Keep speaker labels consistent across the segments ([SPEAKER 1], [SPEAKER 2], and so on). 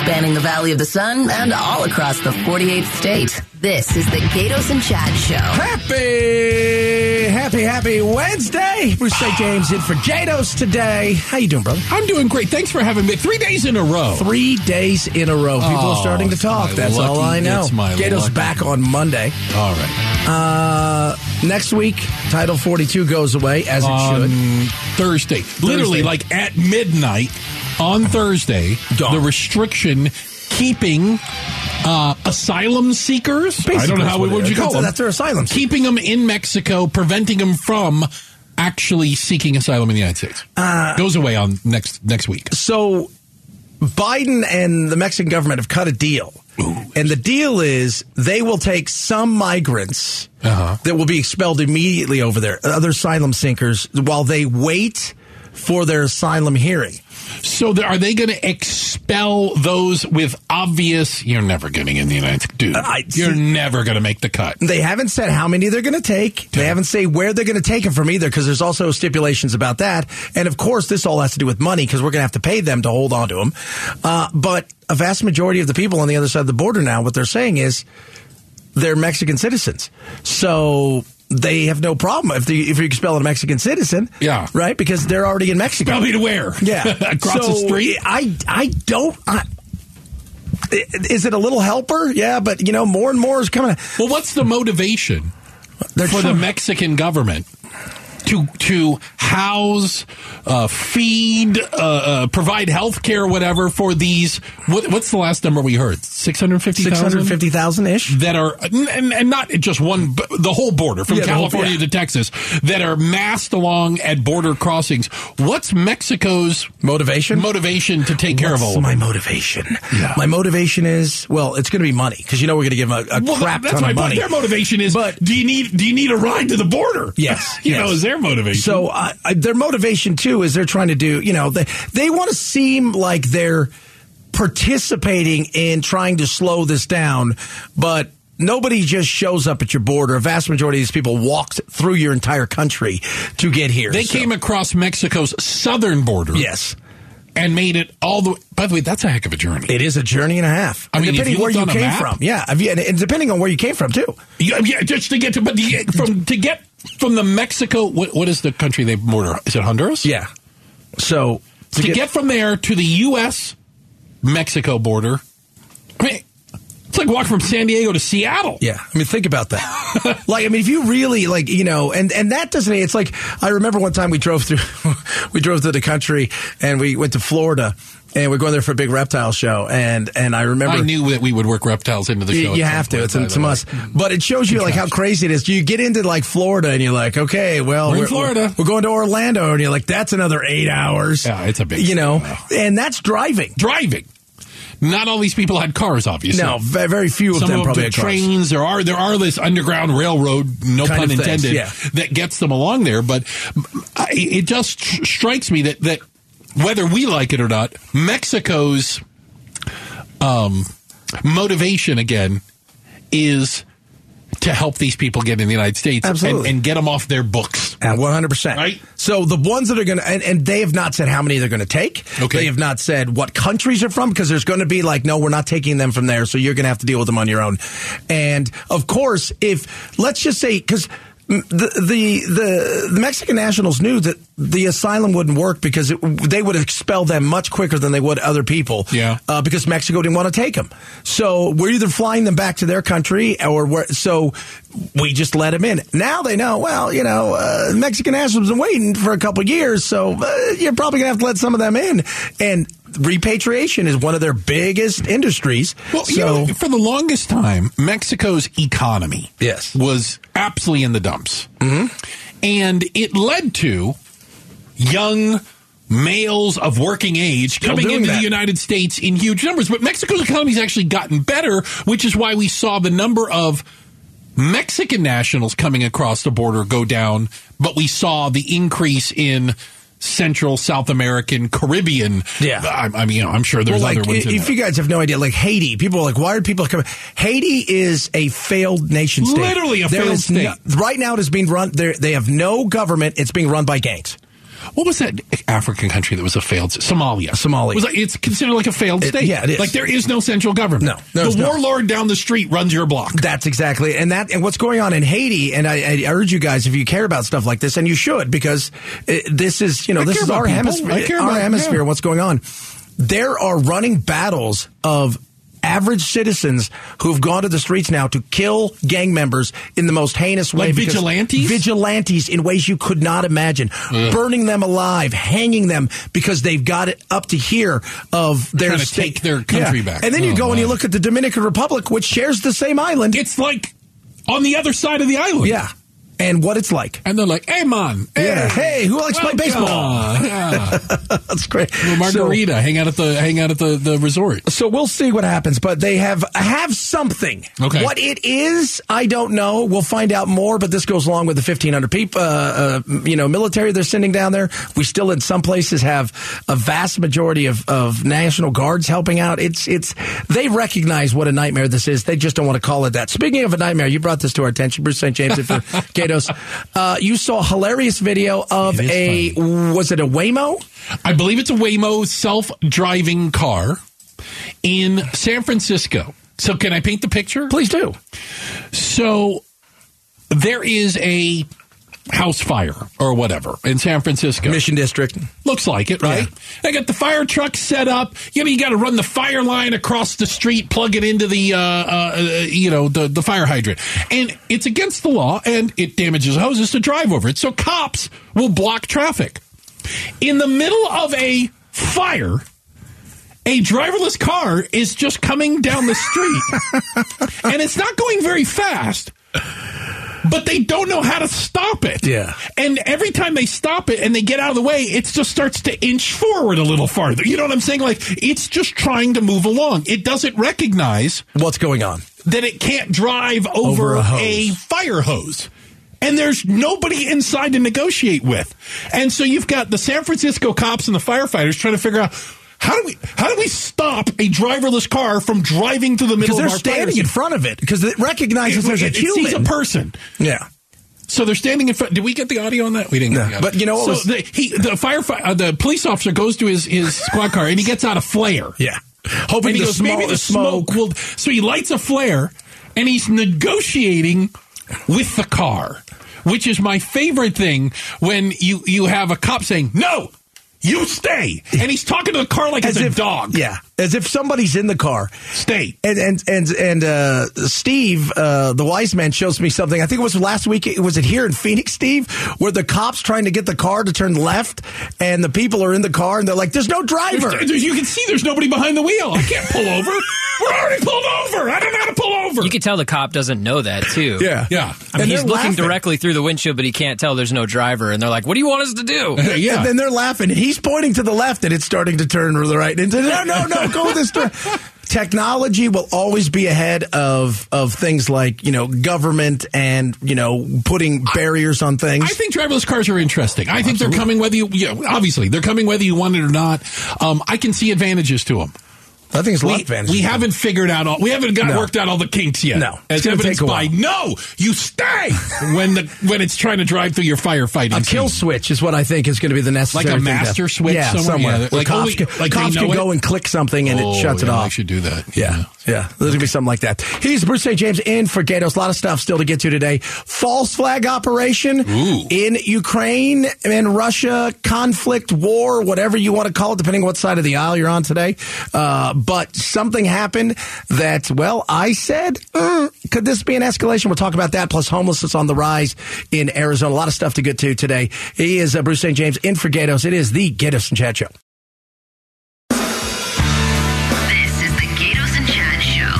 [SPEAKER 1] spanning the Valley of the Sun and all across the 48th state. This is the Gatos and Chad Show.
[SPEAKER 2] Happy, happy, happy Wednesday. Bruce St. James in for Jados today. How you doing, brother?
[SPEAKER 3] I'm doing great. Thanks for having me. Three days in a row.
[SPEAKER 2] Three days in a row. People are
[SPEAKER 3] Oh,
[SPEAKER 2] starting to
[SPEAKER 3] it's
[SPEAKER 2] talk.
[SPEAKER 3] my
[SPEAKER 2] That's all
[SPEAKER 3] lucky-
[SPEAKER 2] I know.
[SPEAKER 3] it's my
[SPEAKER 2] Gatos
[SPEAKER 3] lucky.
[SPEAKER 2] back on Monday.
[SPEAKER 3] All right.
[SPEAKER 2] Uh, next week, Title 42 goes away, as it
[SPEAKER 3] Um,
[SPEAKER 2] should.
[SPEAKER 3] Thursday. Literally, like at midnight on Thursday,
[SPEAKER 2] Gone.
[SPEAKER 3] the restriction keeping uh, asylum seekers. I don't know how
[SPEAKER 2] Basically,
[SPEAKER 3] what would you
[SPEAKER 2] that's-
[SPEAKER 3] call them.
[SPEAKER 2] That's their asylum.
[SPEAKER 3] keeping them in Mexico, preventing them from actually seeking asylum in the United States.
[SPEAKER 2] Uh,
[SPEAKER 3] Goes away on next next week.
[SPEAKER 2] So Biden and the Mexican government have cut a deal. And the deal is they will take some migrants
[SPEAKER 3] Uh-huh.
[SPEAKER 2] that will be expelled immediately over there, other asylum seekers, while they wait for their asylum hearing.
[SPEAKER 3] So there, are they going to expel those with obvious? You're never getting in the United States, dude.
[SPEAKER 2] Uh, I-
[SPEAKER 3] you're never going to make the cut.
[SPEAKER 2] They haven't said how many they're going to take. They haven't said where they're going to take them from either, because there's also stipulations about that. And of course, this all has to do with money, because we're going to have to pay them to hold on to them. Uh, but a vast majority of the people on the other side of the border now, what they're saying is they're Mexican citizens. So they have no problem if, the, if you expel a Mexican citizen.
[SPEAKER 3] Yeah.
[SPEAKER 2] Right? Because they're already in Mexico.
[SPEAKER 3] Tell me to where?
[SPEAKER 2] Yeah,
[SPEAKER 3] across
[SPEAKER 2] So,
[SPEAKER 3] the street.
[SPEAKER 2] I I don't. I, is it a little helper? Yeah, but you know, more and more is coming.
[SPEAKER 3] Well, what's the motivation
[SPEAKER 2] They're
[SPEAKER 3] for the
[SPEAKER 2] trying-
[SPEAKER 3] Mexican government to to house, uh, feed, uh, uh, provide health care, whatever for these? What, what's the last number we heard? Six hundred fifty
[SPEAKER 2] Six hundred
[SPEAKER 3] thousand.
[SPEAKER 2] fifty thousand ish.
[SPEAKER 3] that are and, and not just one but the whole border from
[SPEAKER 2] Yeah, the whole-
[SPEAKER 3] California
[SPEAKER 2] yeah.
[SPEAKER 3] to Texas that are massed along at border crossings. What's Mexico's
[SPEAKER 2] Motivation.
[SPEAKER 3] motivation to take care of all
[SPEAKER 2] What's
[SPEAKER 3] of
[SPEAKER 2] my
[SPEAKER 3] them?
[SPEAKER 2] motivation? My motivation is well, it's going to be money because you know we're going to give them a, a
[SPEAKER 3] Well,
[SPEAKER 2] crap
[SPEAKER 3] that's
[SPEAKER 2] ton
[SPEAKER 3] my
[SPEAKER 2] of money.
[SPEAKER 3] point. Their motivation is
[SPEAKER 2] But-
[SPEAKER 3] do you need do you need a ride to the border?
[SPEAKER 2] Yes,
[SPEAKER 3] you
[SPEAKER 2] yes.
[SPEAKER 3] know is their motivation.
[SPEAKER 2] So uh, I- their motivation too is they're trying to do, you know, they they want to seem like they're participating in trying to slow this down, but nobody just shows up at your border. A vast majority of these people walked through your entire country to get here.
[SPEAKER 3] they
[SPEAKER 2] So-
[SPEAKER 3] came across Mexico's southern border
[SPEAKER 2] Yes.
[SPEAKER 3] and made it all the. By the way, that's a heck of a journey.
[SPEAKER 2] It is a journey and a half.
[SPEAKER 3] I
[SPEAKER 2] And
[SPEAKER 3] mean, if
[SPEAKER 2] depending
[SPEAKER 3] you
[SPEAKER 2] where
[SPEAKER 3] looked
[SPEAKER 2] you
[SPEAKER 3] on a
[SPEAKER 2] came
[SPEAKER 3] map-
[SPEAKER 2] from, yeah, Have you- and- and depending on where you came from too.
[SPEAKER 3] Yeah, yeah, just to get to but the, from to get from the Mexico. What, what is the country they border? Is it Honduras?
[SPEAKER 2] Yeah. So
[SPEAKER 3] to, get, from there to the U.S. Mexico border. I mean, it's like walking from San Diego to Seattle.
[SPEAKER 2] Yeah, I mean, think about that. like, I mean, if you really like, you know, and and that doesn't. It's like I remember one time we drove through, we drove through the country and we went to Florida and we're going there for a big reptile show and and I remember.
[SPEAKER 3] I knew that we would work reptiles into the
[SPEAKER 2] you-
[SPEAKER 3] show. at
[SPEAKER 2] you
[SPEAKER 3] some
[SPEAKER 2] have to.
[SPEAKER 3] point,
[SPEAKER 2] It's
[SPEAKER 3] by
[SPEAKER 2] a,
[SPEAKER 3] the
[SPEAKER 2] it's a
[SPEAKER 3] way. Mm.
[SPEAKER 2] must. But it shows you like how crazy it is. You get into like Florida and you're like, okay, well,
[SPEAKER 3] We're in Florida.
[SPEAKER 2] We're, going to Orlando, and you're like, that's another eight hours.
[SPEAKER 3] Yeah, it's a big-
[SPEAKER 2] You know,
[SPEAKER 3] wow.
[SPEAKER 2] and that's driving.
[SPEAKER 3] Driving. Not all these people had cars, obviously.
[SPEAKER 2] No, ve- very few of
[SPEAKER 3] Some
[SPEAKER 2] them
[SPEAKER 3] of them
[SPEAKER 2] probably
[SPEAKER 3] took
[SPEAKER 2] had cars.
[SPEAKER 3] trains. There are there are this underground railroad, no
[SPEAKER 2] Kind
[SPEAKER 3] pun
[SPEAKER 2] of things,
[SPEAKER 3] intended,
[SPEAKER 2] yeah.
[SPEAKER 3] that gets them along there. But I, it just tr- strikes me that that whether we like it or not, Mexico's um, motivation again is to help these people get in the United States and,
[SPEAKER 2] Absolutely.
[SPEAKER 3] and get them off their books.
[SPEAKER 2] One hundred percent.
[SPEAKER 3] Right?
[SPEAKER 2] So the ones that are going to, and, and they have not said how many they're going to take.
[SPEAKER 3] Okay.
[SPEAKER 2] They have not said what countries are from because there's going to be like, no, we're not taking them from there. So you're going to have to deal with them on your own. And of course, if let's just say because. The, the the Mexican nationals knew that the asylum wouldn't work because it, they would expel them much quicker than they would other people.
[SPEAKER 3] Yeah.
[SPEAKER 2] Uh, because Mexico didn't want to take them. So we're either flying them back to their country or we're, so we just let them in. Now they know, well, you know, uh, Mexican nationals have been waiting for a couple of years, so uh, you're probably going to have to let some of them in. And repatriation is one of their biggest industries.
[SPEAKER 3] Well,
[SPEAKER 2] so,
[SPEAKER 3] you know, for the longest time, Mexico's economy
[SPEAKER 2] Yes.
[SPEAKER 3] was absolutely in the dumps. And it led to young males of working age coming
[SPEAKER 2] doing
[SPEAKER 3] into
[SPEAKER 2] that.
[SPEAKER 3] the United States in huge numbers. But Mexico's economy's actually gotten better, which is why we saw the number of Mexican nationals coming across the border go down, but we saw the increase in Central, South American, Caribbean.
[SPEAKER 2] Yeah.
[SPEAKER 3] I, I mean, you know, I'm sure there's
[SPEAKER 2] Well, like,
[SPEAKER 3] other ones.
[SPEAKER 2] i-
[SPEAKER 3] in
[SPEAKER 2] if
[SPEAKER 3] there.
[SPEAKER 2] you guys have no idea, like Haiti, people are like, why are people coming? Haiti is a failed nation state.
[SPEAKER 3] Literally a failed
[SPEAKER 2] is no- right now, it is being run. there- They have no government. It's being run by gangs.
[SPEAKER 3] what was that African country that was a failed Somalia?
[SPEAKER 2] Somalia.
[SPEAKER 3] Was like, it's considered like a failed
[SPEAKER 2] It-
[SPEAKER 3] state.
[SPEAKER 2] yeah, it is.
[SPEAKER 3] Like there is no central government.
[SPEAKER 2] No, no, it's
[SPEAKER 3] the
[SPEAKER 2] not.
[SPEAKER 3] warlord down the street runs your block.
[SPEAKER 2] That's exactly, and that, and what's going on in Haiti, and I, I urge you guys if you care about stuff like this, and you should because uh, this is, you know,
[SPEAKER 3] I
[SPEAKER 2] this
[SPEAKER 3] care
[SPEAKER 2] is
[SPEAKER 3] about
[SPEAKER 2] our
[SPEAKER 3] people.
[SPEAKER 2] hemisphere,
[SPEAKER 3] I care
[SPEAKER 2] our
[SPEAKER 3] about-
[SPEAKER 2] hemisphere,
[SPEAKER 3] yeah.
[SPEAKER 2] and what's going on. There are running battles of average citizens who've gone to the streets now to kill gang members in the most heinous way.
[SPEAKER 3] Like
[SPEAKER 2] because-
[SPEAKER 3] vigilantes?
[SPEAKER 2] vigilantes in ways you could not imagine, burning them alive, hanging them because they've got it up to here of their
[SPEAKER 3] Trying to
[SPEAKER 2] state-
[SPEAKER 3] take their country back.
[SPEAKER 2] And then you
[SPEAKER 3] Oh,
[SPEAKER 2] go and you
[SPEAKER 3] man.
[SPEAKER 2] look at the Dominican Republic, which shares the same island.
[SPEAKER 3] It's like on the other side of the island.
[SPEAKER 2] Yeah. And what it's like.
[SPEAKER 3] And they're like, hey, man. Hey,
[SPEAKER 2] Yeah. Hey, who likes to play baseball?
[SPEAKER 3] welcome. Yeah.
[SPEAKER 2] That's great.
[SPEAKER 3] Little margarita. hang out at the hang out at the, the resort.
[SPEAKER 2] So, so we'll see what happens, but they have have something.
[SPEAKER 3] Okay.
[SPEAKER 2] What it is, I don't know. We'll find out more, but this goes along with the 1500 people, uh, uh, you know, military they're sending down there. We still in some places have a vast majority of, of national guards helping out. It's it's they recognize what a nightmare this is. They just don't want to call it that. Speaking of a nightmare, you brought this to our attention, Bruce St. James and for Gatos. Uh, you saw a hilarious video of
[SPEAKER 3] It is
[SPEAKER 2] a was it a Waymo?
[SPEAKER 3] I believe it's a Waymo self driving car in San Francisco. So can I paint the picture?
[SPEAKER 2] Please do.
[SPEAKER 3] So there is a house fire or whatever in San Francisco.
[SPEAKER 2] Mission District.
[SPEAKER 3] Looks like it, right?
[SPEAKER 2] Yeah.
[SPEAKER 3] They got the fire truck set up. You know, you got to run the fire line across the street, plug it into the, uh, uh, uh, you know, the, the fire hydrant. And it's against the law and it damages hoses to drive over it. So cops will block traffic. In the middle of a fire, a driverless car is just coming down the street and it's not going very fast. But they don't know how to stop it.
[SPEAKER 2] Yeah.
[SPEAKER 3] And every time they stop it and they get out of the way, it just starts to inch forward a little farther. You know what I'm saying? Like it's just trying to move along. It doesn't recognize
[SPEAKER 2] What's going on?
[SPEAKER 3] that it can't drive
[SPEAKER 2] Over
[SPEAKER 3] over,
[SPEAKER 2] a hose.
[SPEAKER 3] a, fire hose. And there's nobody inside to negotiate with. And so you've got the San Francisco cops and the firefighters trying to figure out how do we how do we stop a driverless car from driving through the middle
[SPEAKER 2] Because
[SPEAKER 3] of
[SPEAKER 2] they're
[SPEAKER 3] our fire
[SPEAKER 2] standing in
[SPEAKER 3] scene?
[SPEAKER 2] front of it because it recognizes there's a
[SPEAKER 3] It- it sees
[SPEAKER 2] human.
[SPEAKER 3] a person.
[SPEAKER 2] yeah.
[SPEAKER 3] So they're standing in front. Did we get the audio on that? We didn't.
[SPEAKER 2] No.
[SPEAKER 3] get the audio.
[SPEAKER 2] But you know what
[SPEAKER 3] So
[SPEAKER 2] was-
[SPEAKER 3] the, he, the firefighter, uh, the police officer, goes to his his squad car and he gets out a flare.
[SPEAKER 2] Yeah.
[SPEAKER 3] hoping
[SPEAKER 2] And
[SPEAKER 3] he
[SPEAKER 2] the
[SPEAKER 3] goes
[SPEAKER 2] smo-
[SPEAKER 3] maybe the
[SPEAKER 2] the smoke-
[SPEAKER 3] smoke, will. So he lights a flare and he's negotiating with the car, which is my favorite thing when you you have a cop saying no. You stay, and he's talking to the car like it's a dog.
[SPEAKER 2] Yeah. As if somebody's in the car.
[SPEAKER 3] Stay.
[SPEAKER 2] And and and and uh, Steve, uh, the wise man, shows me something. I think it was last week. Was it here in Phoenix, Steve, where the cops trying to get the car to turn left, and the people are in the car, and they're like, "There's no driver."
[SPEAKER 3] There's- there's- you can see there's nobody behind the wheel. I can't pull over. We're already pulled over. I don't know how to pull over.
[SPEAKER 4] You can tell the cop doesn't know that too.
[SPEAKER 3] Yeah.
[SPEAKER 4] I mean,
[SPEAKER 2] And
[SPEAKER 4] he's
[SPEAKER 2] they're
[SPEAKER 4] looking
[SPEAKER 2] laughing.
[SPEAKER 4] directly through the windshield, but he can't tell there's no driver. And they're like, "What do you want us to do?"
[SPEAKER 3] yeah.
[SPEAKER 2] And then they're laughing. He's pointing to the left, and it's starting to turn to the right. And no, no, no, go this direction. Technology will always be ahead of of things like you know government and you know putting barriers on things.
[SPEAKER 3] I think driverless cars are interesting. I think they're coming whether you, you know, obviously they're coming whether you want it or not. Um, I can see advantages to them.
[SPEAKER 2] I think it's a lot
[SPEAKER 3] We,
[SPEAKER 2] of advantages.
[SPEAKER 3] we haven't figured out all. We haven't got
[SPEAKER 2] No.
[SPEAKER 3] worked out all the kinks yet.
[SPEAKER 2] No. It's
[SPEAKER 3] as
[SPEAKER 2] gonna
[SPEAKER 3] evidenced
[SPEAKER 2] take a
[SPEAKER 3] by
[SPEAKER 2] while.
[SPEAKER 3] no, you stay when the when it's trying to drive through your firefighting.
[SPEAKER 2] A kill
[SPEAKER 3] scene.
[SPEAKER 2] switch is what I think is going to be the necessary.
[SPEAKER 3] Like a
[SPEAKER 2] thing to-
[SPEAKER 3] master switch
[SPEAKER 2] yeah,
[SPEAKER 3] somewhere?
[SPEAKER 2] somewhere.
[SPEAKER 3] Yeah,
[SPEAKER 2] Where
[SPEAKER 3] like, oh,
[SPEAKER 2] cops
[SPEAKER 3] we-
[SPEAKER 2] can,
[SPEAKER 3] like they
[SPEAKER 2] cops can
[SPEAKER 3] know
[SPEAKER 2] go
[SPEAKER 3] it?
[SPEAKER 2] and click something and
[SPEAKER 3] Oh,
[SPEAKER 2] it shuts
[SPEAKER 3] yeah,
[SPEAKER 2] it
[SPEAKER 3] I
[SPEAKER 2] off.
[SPEAKER 3] should do that.
[SPEAKER 2] Yeah, yeah. There's gonna be something like that. He's Bruce St. James in for Gatos. A lot of stuff still to get to today. False flag operation
[SPEAKER 3] Ooh.
[SPEAKER 2] in Ukraine and Russia conflict, war, whatever you want to call it, depending on what side of the aisle you're on today. Uh, but something happened that, well, I said, "Mm, could this be an escalation? We'll talk about that. Plus, homelessness on the rise in Arizona. A lot of stuff to get to today. He is uh, Bruce St. James in for Gatos. It is the Gatos and Chat Show.
[SPEAKER 1] This is the Gatos and Chad Show.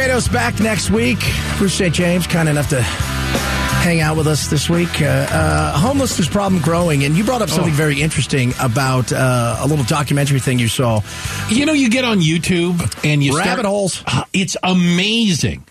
[SPEAKER 2] Gato's back next week. Bruce St. James, kind enough to hang out with us this week. Uh, uh, homelessness problem growing, and you brought up
[SPEAKER 3] Oh.
[SPEAKER 2] something very interesting about uh, a little documentary thing you saw.
[SPEAKER 3] You know, you get on YouTube and you
[SPEAKER 2] Rabbit
[SPEAKER 3] start, Uh,
[SPEAKER 2] holes.
[SPEAKER 3] It's amazing.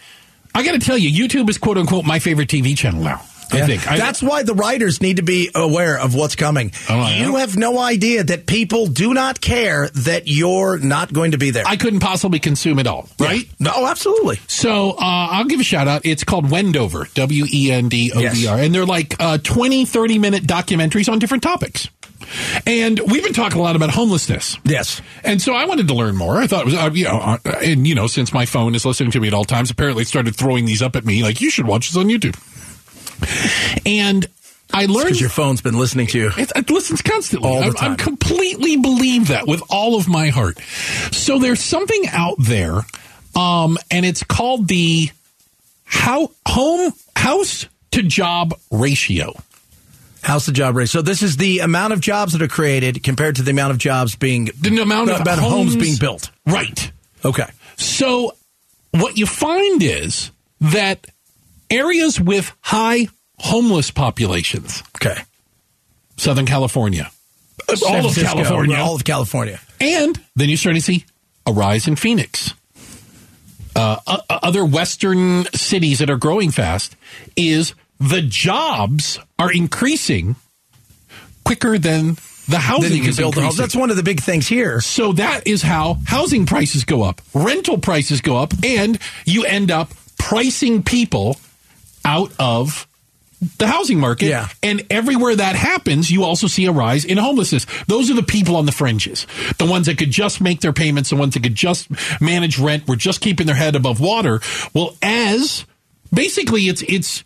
[SPEAKER 3] I got to tell you, YouTube is quote unquote my favorite TV channel now. I think I,
[SPEAKER 2] That's why the writers need to be aware of what's coming.
[SPEAKER 3] Oh, I
[SPEAKER 2] you
[SPEAKER 3] know.
[SPEAKER 2] have no idea that people do not care that you're not going to be there.
[SPEAKER 3] I couldn't possibly consume it all, right?
[SPEAKER 2] No, oh, absolutely.
[SPEAKER 3] So uh, I'll give a shout out. It's called Wendover, W E N D O V R. And they're like uh, 20, 30 minute documentaries on different topics. And we've been talking a lot about homelessness.
[SPEAKER 2] Yes.
[SPEAKER 3] And so I wanted to learn more. I thought it was, uh, you know, uh, and you know, since my phone is listening to me at all times, apparently it started throwing these up at me like, you should watch this on YouTube. And I learned.
[SPEAKER 2] Because your phone's been listening to you.
[SPEAKER 3] It, it listens constantly.
[SPEAKER 2] All the
[SPEAKER 3] I'm,
[SPEAKER 2] time.
[SPEAKER 3] I'm completely believe that with all of my heart. So there's something out there, um, and it's called the how home house to job ratio.
[SPEAKER 2] How's the job rate? So this is the amount of jobs that are created compared to the amount of jobs being
[SPEAKER 3] The amount of
[SPEAKER 2] about
[SPEAKER 3] homes-
[SPEAKER 2] homes being built.
[SPEAKER 3] Right.
[SPEAKER 2] Okay.
[SPEAKER 3] So what you find is that areas with high homeless populations,
[SPEAKER 2] Okay.
[SPEAKER 3] Southern California,
[SPEAKER 2] San
[SPEAKER 3] all of
[SPEAKER 2] Francisco,
[SPEAKER 3] California,
[SPEAKER 2] All of California.
[SPEAKER 3] And then you start to see a rise in Phoenix. Uh, o- other Western cities that are growing fast is the jobs are increasing quicker than the housing
[SPEAKER 2] Then you can
[SPEAKER 3] is
[SPEAKER 2] build the homes.
[SPEAKER 3] increasing.
[SPEAKER 2] That's one of the big things here.
[SPEAKER 3] so that is how housing prices go up, rental prices go up, and you end up pricing people out of the housing market.
[SPEAKER 2] Yeah.
[SPEAKER 3] And everywhere that happens, you also see a rise in homelessness. Those are the people on the fringes, the ones that could just make their payments, the ones that could just manage rent, were just keeping their head above water. Well, as basically it's it's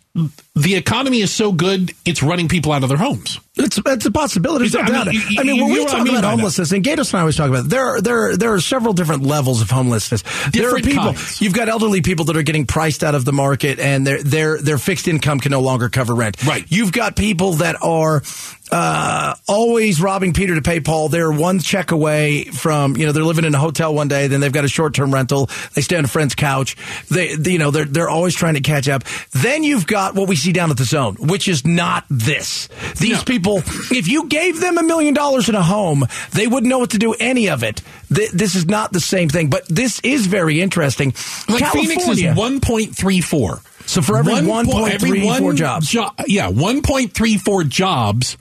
[SPEAKER 3] the economy is so good it's running people out of their homes.
[SPEAKER 2] It's, it's a possibility. There's no
[SPEAKER 3] I
[SPEAKER 2] doubt.
[SPEAKER 3] mean, you-
[SPEAKER 2] I mean,
[SPEAKER 3] you-
[SPEAKER 2] when
[SPEAKER 3] you know
[SPEAKER 2] we
[SPEAKER 3] what
[SPEAKER 2] talk
[SPEAKER 3] I mean by
[SPEAKER 2] about
[SPEAKER 3] that.
[SPEAKER 2] homelessness, and Gatos and I always talk about it, there are, there are, there are several different levels of homelessness. there are
[SPEAKER 3] Different
[SPEAKER 2] people.
[SPEAKER 3] kinds.
[SPEAKER 2] You've got elderly people that are getting priced out of the market, and their their their fixed income can no longer cover rent.
[SPEAKER 3] Right.
[SPEAKER 2] You've got people that are. Uh, always robbing Peter to pay Paul. They're one check away from, you know, they're living in a hotel one day, then they've got a short term rental. They stay on a friend's couch. They, they- you know, they're, they're always trying to catch up. Then you've got what we see down at the zone, which is not this. These
[SPEAKER 3] No.
[SPEAKER 2] people people, if you gave them a million dollars in a home, they wouldn't know what to do any of it. Th- this is not the same thing, but this is very interesting.
[SPEAKER 3] Like Phoenix is
[SPEAKER 2] California,
[SPEAKER 3] 1.34.
[SPEAKER 2] So for every
[SPEAKER 3] po- every
[SPEAKER 2] 1.34
[SPEAKER 3] one
[SPEAKER 2] jobs.
[SPEAKER 3] jo- yeah, 1.34 jobs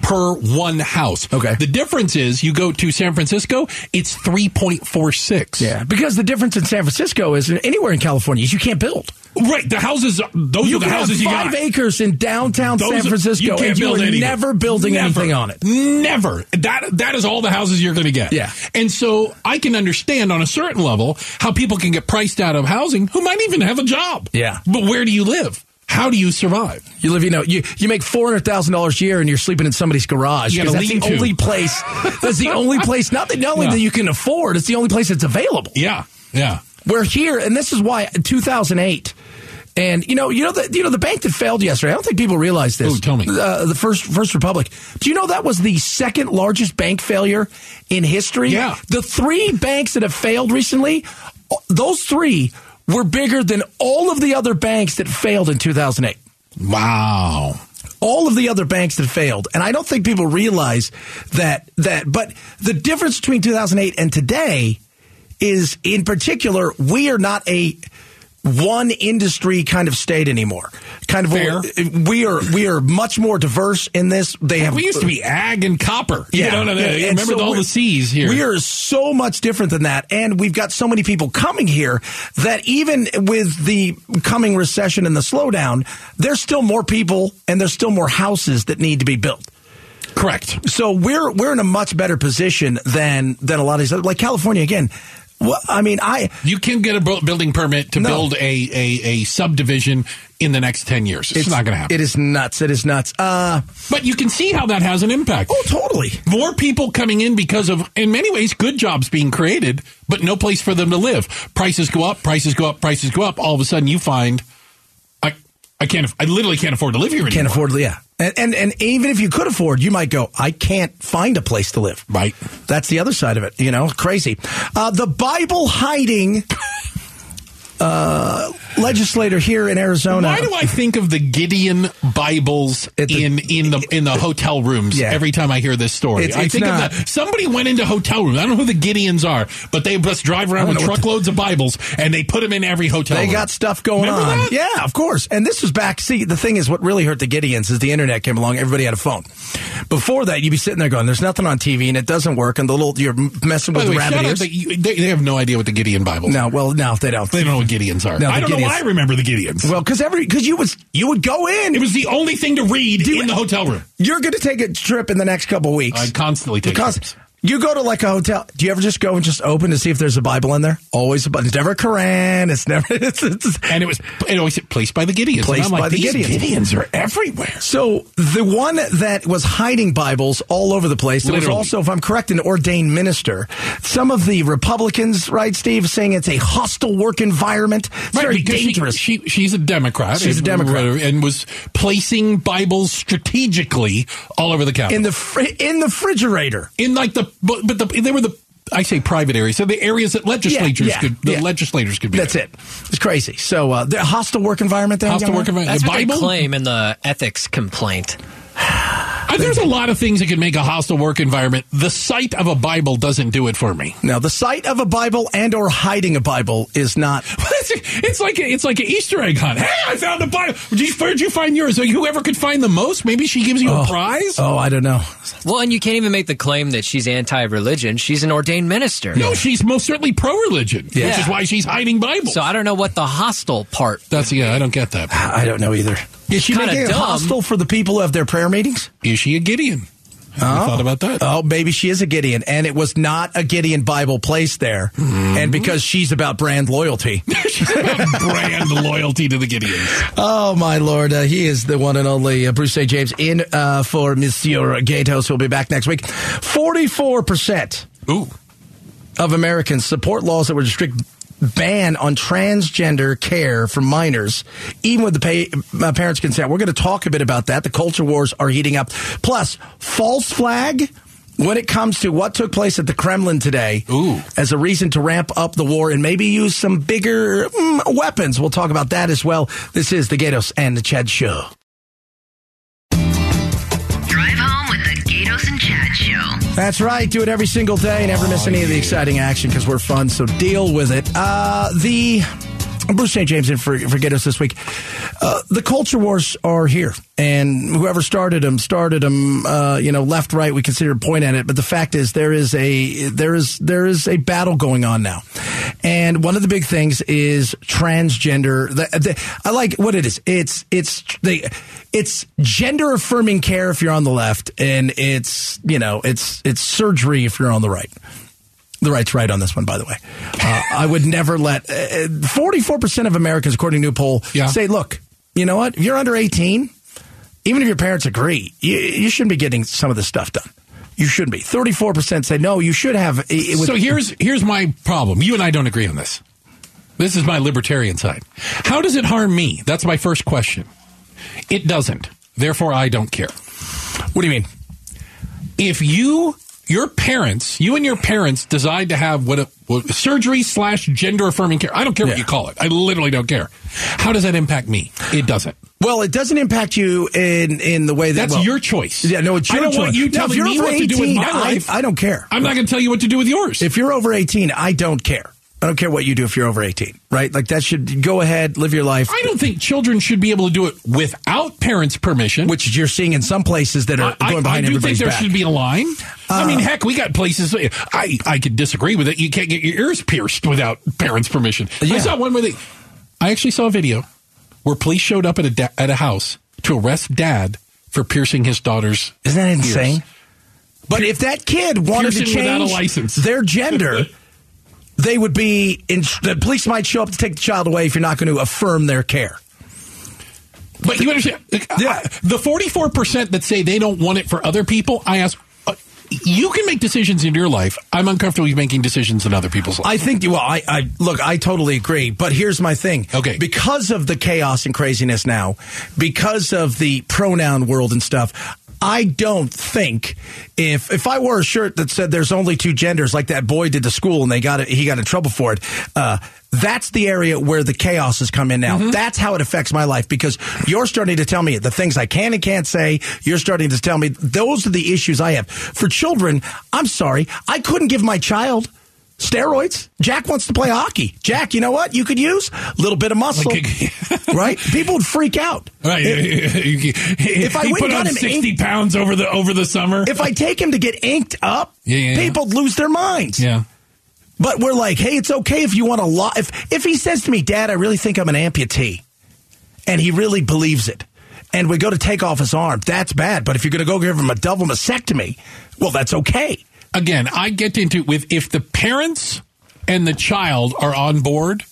[SPEAKER 3] per one house.
[SPEAKER 2] Okay.
[SPEAKER 3] The difference is you go to San Francisco, it's 3.46.
[SPEAKER 2] yeah, because the difference in San Francisco is anywhere in California is you can't build.
[SPEAKER 3] Right. The houses, those
[SPEAKER 2] You
[SPEAKER 3] are the
[SPEAKER 2] can
[SPEAKER 3] houses
[SPEAKER 2] have
[SPEAKER 3] you
[SPEAKER 2] five
[SPEAKER 3] got.
[SPEAKER 2] acres in downtown
[SPEAKER 3] Those
[SPEAKER 2] San
[SPEAKER 3] are-
[SPEAKER 2] Francisco,
[SPEAKER 3] you can't
[SPEAKER 2] and you
[SPEAKER 3] build
[SPEAKER 2] are
[SPEAKER 3] anything.
[SPEAKER 2] never building
[SPEAKER 3] Never.
[SPEAKER 2] anything on it.
[SPEAKER 3] Never. That that is all the houses you're going to get.
[SPEAKER 2] Yeah.
[SPEAKER 3] And so I can understand on a certain level how people can get priced out of housing who might even have a job.
[SPEAKER 2] Yeah.
[SPEAKER 3] But where do you live? How do you survive?
[SPEAKER 2] You live, you know, you, you make four hundred thousand dollars a year, and you're sleeping in somebody's garage.
[SPEAKER 3] You got
[SPEAKER 2] 'cause
[SPEAKER 3] a
[SPEAKER 2] that's the
[SPEAKER 3] lean-to.
[SPEAKER 2] only place. That's the only place. Not that not only
[SPEAKER 3] Yeah.
[SPEAKER 2] that you can afford. It's the only place that's available.
[SPEAKER 3] Yeah. Yeah.
[SPEAKER 2] We're here, and this is why 2008. And you know, you know the you know the bank that failed yesterday. I don't think people realize this.
[SPEAKER 3] Ooh, tell me.
[SPEAKER 2] uh, the first First Republic. Do you know that was the second largest bank failure in history?
[SPEAKER 3] Yeah.
[SPEAKER 2] The three banks that have failed recently, those three were bigger than all of the other banks that failed in 2008
[SPEAKER 3] Wow.
[SPEAKER 2] all of the other banks that failed. And I don't think people realize that that but the difference between 2008 and today is in particular we are not a one industry kind of state anymore. Kind of
[SPEAKER 3] Fair.
[SPEAKER 2] we are we are much more diverse in this. They have
[SPEAKER 3] We used to be ag and copper. You know, no, no,
[SPEAKER 2] yeah,
[SPEAKER 3] you
[SPEAKER 2] and
[SPEAKER 3] remember
[SPEAKER 2] so
[SPEAKER 3] all
[SPEAKER 2] we're-
[SPEAKER 3] the C's here.
[SPEAKER 2] We are so much different than that. And we've got so many people coming here that even with the coming recession and the slowdown, there's still more people and there's still more houses that need to be built.
[SPEAKER 3] correct.
[SPEAKER 2] So we're we're in a much better position than than a lot of these other like California again. What I mean, I
[SPEAKER 3] You can get a bu- building permit to
[SPEAKER 2] No.
[SPEAKER 3] build a, a, a subdivision in the next 10 years. It's, not going to happen.
[SPEAKER 2] It is nuts. It is nuts. Uh
[SPEAKER 3] but you can see how that has an impact.
[SPEAKER 2] oh totally.
[SPEAKER 3] More people coming in because of, in many ways, good jobs being created, but no place for them to live. Prices go up, prices go up, prices go up. All of a sudden, you find, I, I can't, I literally can't afford to live here anymore.
[SPEAKER 2] Can't afford yeah. And, and and even if you could afford, you might go, I can't find a place to live.
[SPEAKER 3] Right.
[SPEAKER 2] That's the other side of it, you know, crazy. Uh, the Bible hiding uh, legislator here in Arizona.
[SPEAKER 3] Why do I think of the Gideon Bibles
[SPEAKER 2] At the-
[SPEAKER 3] in in the in the hotel rooms
[SPEAKER 2] Yeah.
[SPEAKER 3] every time I hear this story?
[SPEAKER 2] It's-
[SPEAKER 3] I
[SPEAKER 2] it's
[SPEAKER 3] think
[SPEAKER 2] not-
[SPEAKER 3] of the, somebody went into hotel rooms. I don't know who the Gideons are, but they just drive around
[SPEAKER 2] I don't
[SPEAKER 3] with
[SPEAKER 2] know what the-
[SPEAKER 3] truckloads of Bibles and they put them in every hotel.
[SPEAKER 2] They
[SPEAKER 3] room.
[SPEAKER 2] got stuff going
[SPEAKER 3] Remember
[SPEAKER 2] on.
[SPEAKER 3] that?
[SPEAKER 2] Yeah, of course. And this was back. See, the thing is, what really hurt the Gideons is the internet came along. Everybody had a phone. Before that, you'd be sitting there going, "There's nothing on TV, and it doesn't work." And the little you're messing
[SPEAKER 3] By
[SPEAKER 2] with
[SPEAKER 3] the way,
[SPEAKER 2] rabbit
[SPEAKER 3] shout out
[SPEAKER 2] ears.
[SPEAKER 3] that you, they, they have no idea what the Gideon Bible.
[SPEAKER 2] no, well, no, they don't.
[SPEAKER 3] they don't know what Gideons are.
[SPEAKER 2] No, the
[SPEAKER 3] I don't know
[SPEAKER 2] Gideons-
[SPEAKER 3] why I remember the Gideons.
[SPEAKER 2] Well, because every because you was you would go in.
[SPEAKER 3] it was the only thing to read in the hotel room.
[SPEAKER 2] you're going to take a trip in the next couple weeks.
[SPEAKER 3] I constantly take trips.
[SPEAKER 2] because you go to like a hotel. Do you ever just go and just open to see if there's a Bible in there? Always a Bible. It's never a Koran. It's never. It's, it's,
[SPEAKER 3] and it was it always said placed by the Gideons. And
[SPEAKER 2] Placed
[SPEAKER 3] I'm like,
[SPEAKER 2] by the
[SPEAKER 3] These
[SPEAKER 2] Gideons."
[SPEAKER 3] are everywhere.
[SPEAKER 2] So the one that was hiding Bibles all over the place, that was
[SPEAKER 3] Literally.
[SPEAKER 2] also, if I'm correct, an ordained minister. Some of the Republicans, right, Steve, saying it's a hostile work environment. It's very
[SPEAKER 3] because she-
[SPEAKER 2] dangerous.
[SPEAKER 3] She, she's a Democrat.
[SPEAKER 2] She's a Democrat.
[SPEAKER 3] and was placing Bibles strategically all over the Capitol.
[SPEAKER 2] in the fr- in the refrigerator.
[SPEAKER 3] in like the but, but the, they were the I say private areas, so the areas that legislatures
[SPEAKER 2] Yeah, yeah,
[SPEAKER 3] could the
[SPEAKER 2] yeah.
[SPEAKER 3] legislators could be.
[SPEAKER 2] That's
[SPEAKER 3] in.
[SPEAKER 2] it. It's crazy. So uh, the hostile work environment. There,
[SPEAKER 3] Hostile
[SPEAKER 2] young
[SPEAKER 3] work
[SPEAKER 2] man?
[SPEAKER 3] environment.
[SPEAKER 4] That's
[SPEAKER 3] the
[SPEAKER 4] what they
[SPEAKER 3] Bible.
[SPEAKER 4] claim in the ethics complaint.
[SPEAKER 3] Uh, There's a lot of things that could make a hostile work environment. The sight of a Bible doesn't do it for me.
[SPEAKER 2] Now, the sight of a Bible and or hiding a Bible is not.
[SPEAKER 3] It's, it's like a, it's like an Easter egg hunt. Hey, I found a Bible. Did you, where'd you find yours? Like, whoever could find the most, maybe she gives you a prize.
[SPEAKER 2] Oh, I don't know.
[SPEAKER 4] Well, and you can't even make the claim that she's anti-religion. She's an ordained minister.
[SPEAKER 3] No, she's most certainly pro-religion, which
[SPEAKER 2] Yeah.
[SPEAKER 3] is why she's hiding Bibles.
[SPEAKER 4] So I don't know what the hostile part.
[SPEAKER 3] That's yeah, I don't get that.
[SPEAKER 2] I don't know either. Is she
[SPEAKER 4] Kinda
[SPEAKER 2] making it
[SPEAKER 4] dumb.
[SPEAKER 2] hostile for the people who have their prayer meetings?
[SPEAKER 3] Is she a Gideon? Have you thought about that?
[SPEAKER 2] Oh, maybe she is a Gideon, and it was not a Gideon Bible place there, and because she's about brand loyalty.
[SPEAKER 3] she's got brand loyalty to the Gideons.
[SPEAKER 2] oh my lord, uh, he is the one and only uh, Bruce A. James in uh, for Monsieur Gatos. Who'll be back next week. Forty-four percent
[SPEAKER 3] Ooh,
[SPEAKER 2] of Americans support laws that would restrict ban on transgender care for minors, even with the pay, uh, parents' consent. We're going to talk a bit about that. The culture wars are heating up. Plus, false flag. When it comes to what took place at the Kremlin today
[SPEAKER 3] Ooh.
[SPEAKER 2] as a reason to ramp up the war and maybe use some bigger mm, weapons, we'll talk about that as well. This is the Gatos and the Chad Show.
[SPEAKER 1] Drive home with the Gatos and Chad Show.
[SPEAKER 2] That's right. Do it every single day. Never miss any of the exciting action because we're fun. So deal with it. Uh, the Bruce St. James and for, forget us this week. Uh, the culture wars are here, and whoever started them started them. Uh, you know, left right. We consider a point at it, but the fact is there is a there is there is a battle going on now, and one of the big things is transgender. The, the, I like what it is. It's it's they it's gender affirming care if you're on the left, and it's you know it's it's surgery if you're on the right. The right's right on this one, by the way. Uh, I would never let uh, forty-four percent of Americans, according to a poll,
[SPEAKER 3] Yeah.
[SPEAKER 2] say, "Look, you know what? If you're under eighteen, even if your parents agree, you, you shouldn't be getting some of this stuff done. You shouldn't be." Thirty-four percent say, "No, you should have." It, it was-
[SPEAKER 3] so here's here's my problem. You and I don't agree on this. This is my libertarian side. How does it harm me? That's my first question. It doesn't. Therefore, I don't care.
[SPEAKER 2] what do you mean?
[SPEAKER 3] If you your parents, you and your parents decide to have what, a, what surgery slash gender affirming care. I don't care what
[SPEAKER 2] Yeah.
[SPEAKER 3] you call it. I literally don't care. How does that impact me? It doesn't.
[SPEAKER 2] Well, it doesn't impact you in in the way that
[SPEAKER 3] That's
[SPEAKER 2] well,
[SPEAKER 3] your choice.
[SPEAKER 2] Yeah, no, it's
[SPEAKER 3] I
[SPEAKER 2] your
[SPEAKER 3] don't want
[SPEAKER 2] choice.
[SPEAKER 3] you
[SPEAKER 2] Now, if
[SPEAKER 3] telling
[SPEAKER 2] you're
[SPEAKER 3] me
[SPEAKER 2] over
[SPEAKER 3] what to do with
[SPEAKER 2] 18,
[SPEAKER 3] my
[SPEAKER 2] I-
[SPEAKER 3] life.
[SPEAKER 2] I don't care.
[SPEAKER 3] I'm not going to tell you what to do with yours.
[SPEAKER 2] if you're over 18, I don't care. I don't care what you do if you're over 18, right? Like that should go ahead, live your life,
[SPEAKER 3] I don't think children should be able to do it without parents' permission.
[SPEAKER 2] which you're seeing in some places that are
[SPEAKER 3] I,
[SPEAKER 2] going
[SPEAKER 3] I- I
[SPEAKER 2] behind
[SPEAKER 3] do think
[SPEAKER 2] everybody's
[SPEAKER 3] there
[SPEAKER 2] back. Uh,
[SPEAKER 3] should be a line. I mean, heck, we got places. I I could disagree with it. You can't get your ears pierced without parents' permission. I
[SPEAKER 2] Yeah.
[SPEAKER 3] saw one where they. I actually saw a video where police showed up at a da- at a house to arrest dad for piercing his daughter's.
[SPEAKER 2] Isn't that insane? But if that kid wanted to
[SPEAKER 3] Piercing without a
[SPEAKER 2] change
[SPEAKER 3] license.
[SPEAKER 2] their gender, they would be in, the police might show up to take the child away if you're not going to affirm their care.
[SPEAKER 3] But you understand?
[SPEAKER 2] Yeah.
[SPEAKER 3] the forty four percent that say they don't want it for other people. I ask. uh, You can make decisions in your life. I'm uncomfortable with making decisions in other people's lives.
[SPEAKER 2] I think. Well, I, I look. I totally agree. But here's my thing.
[SPEAKER 3] Okay.
[SPEAKER 2] Because of the chaos and craziness now, because of the pronoun world and stuff, I don't think if if I wore a shirt that said there's only two genders, like that boy did to school and they got it, he got in trouble for it. Uh, that's the area where the chaos has come in now. That's how it affects my life because you're starting to tell me the things I can and can't say. You're starting to tell me those are the issues I have. For children, I'm sorry, I couldn't give my child steroids. Jack wants to play hockey. Jack, you know what? You could use a little bit of muscle, right? People would freak out.
[SPEAKER 5] Right. if
[SPEAKER 2] I
[SPEAKER 5] he
[SPEAKER 2] went
[SPEAKER 5] put
[SPEAKER 2] and got
[SPEAKER 5] on
[SPEAKER 2] him
[SPEAKER 5] sixty
[SPEAKER 2] ink-
[SPEAKER 5] pounds over the over the summer.
[SPEAKER 2] if I take him to get inked up,
[SPEAKER 5] Yeah, yeah, yeah.
[SPEAKER 2] people lose their minds.
[SPEAKER 5] yeah.
[SPEAKER 2] But we're like, hey, it's okay if you want to lie. If, if he says to me, Dad, I really think I'm an amputee, and he really believes it, and we go to take off his arm, that's bad. But if you're going to go give him a double mastectomy, well, that's okay.
[SPEAKER 3] Again, I get into it with if the parents and the child are on board,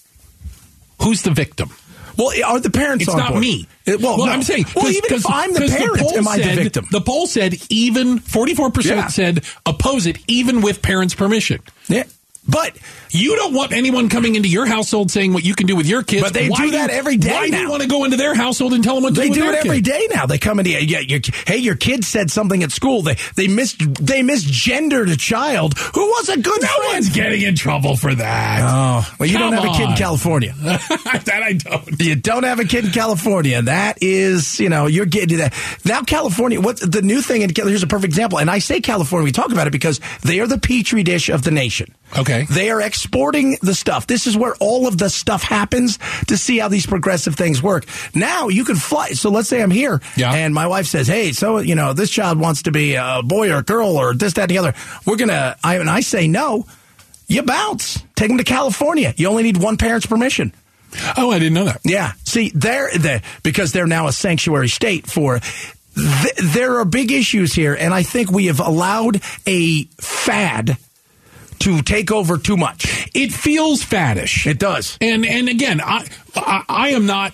[SPEAKER 3] who's the victim?
[SPEAKER 2] Well, are the parents
[SPEAKER 3] It's
[SPEAKER 2] on
[SPEAKER 3] not
[SPEAKER 2] board?
[SPEAKER 3] me.
[SPEAKER 2] It- well, no.
[SPEAKER 3] I'm saying,
[SPEAKER 2] well,
[SPEAKER 3] 'cause-
[SPEAKER 2] even
[SPEAKER 3] 'cause-
[SPEAKER 2] if I'm the
[SPEAKER 3] 'cause
[SPEAKER 2] parent,
[SPEAKER 3] poll
[SPEAKER 2] am I
[SPEAKER 3] said-
[SPEAKER 2] the victim?
[SPEAKER 3] The poll said even 44%
[SPEAKER 2] Yeah.
[SPEAKER 3] said oppose it, even with parents' permission.
[SPEAKER 2] yeah. But
[SPEAKER 3] You don't want anyone coming into your household saying what you can do with your kids.
[SPEAKER 2] But they do that every day
[SPEAKER 3] Why do you
[SPEAKER 2] now.
[SPEAKER 3] want to go into their household and tell them what to
[SPEAKER 2] They
[SPEAKER 3] do?
[SPEAKER 2] do
[SPEAKER 3] with
[SPEAKER 2] it
[SPEAKER 3] their
[SPEAKER 2] every
[SPEAKER 3] kid?
[SPEAKER 2] day now. They come in. Yeah, yeah, your, hey, your kid said something at school. They they mis they misgendered a child who was a good
[SPEAKER 5] No
[SPEAKER 2] friend.
[SPEAKER 5] one's getting in trouble for that.
[SPEAKER 2] Oh, well, you don't
[SPEAKER 5] Come
[SPEAKER 2] have a kid in
[SPEAKER 5] on.
[SPEAKER 2] California.
[SPEAKER 5] that I don't.
[SPEAKER 2] You don't have a kid in California. That is, you know, you're getting to that. Now, California, what's the new thing in Cal- Here's a perfect example. And I say California, we talk about it because they are the petri dish of the nation.
[SPEAKER 3] Okay.
[SPEAKER 2] They are exporting the stuff. This is where all of the stuff happens to see how these progressive things work. Now you can fly. So let's say I'm here
[SPEAKER 3] Yeah.
[SPEAKER 2] and my wife says, Hey, so, you know, this child wants to be a boy or a girl or this, that, and the other. We're going to, I, and I say no, you bounce. Take them to California. You only need one parent's permission.
[SPEAKER 3] Oh, I didn't know that.
[SPEAKER 2] Yeah. See, they're the because they're now a sanctuary state for. Th- there are big issues here, and I think we have allowed a fad to take over too much.
[SPEAKER 3] It feels faddish.
[SPEAKER 2] It does.
[SPEAKER 3] And and again, I I, I am not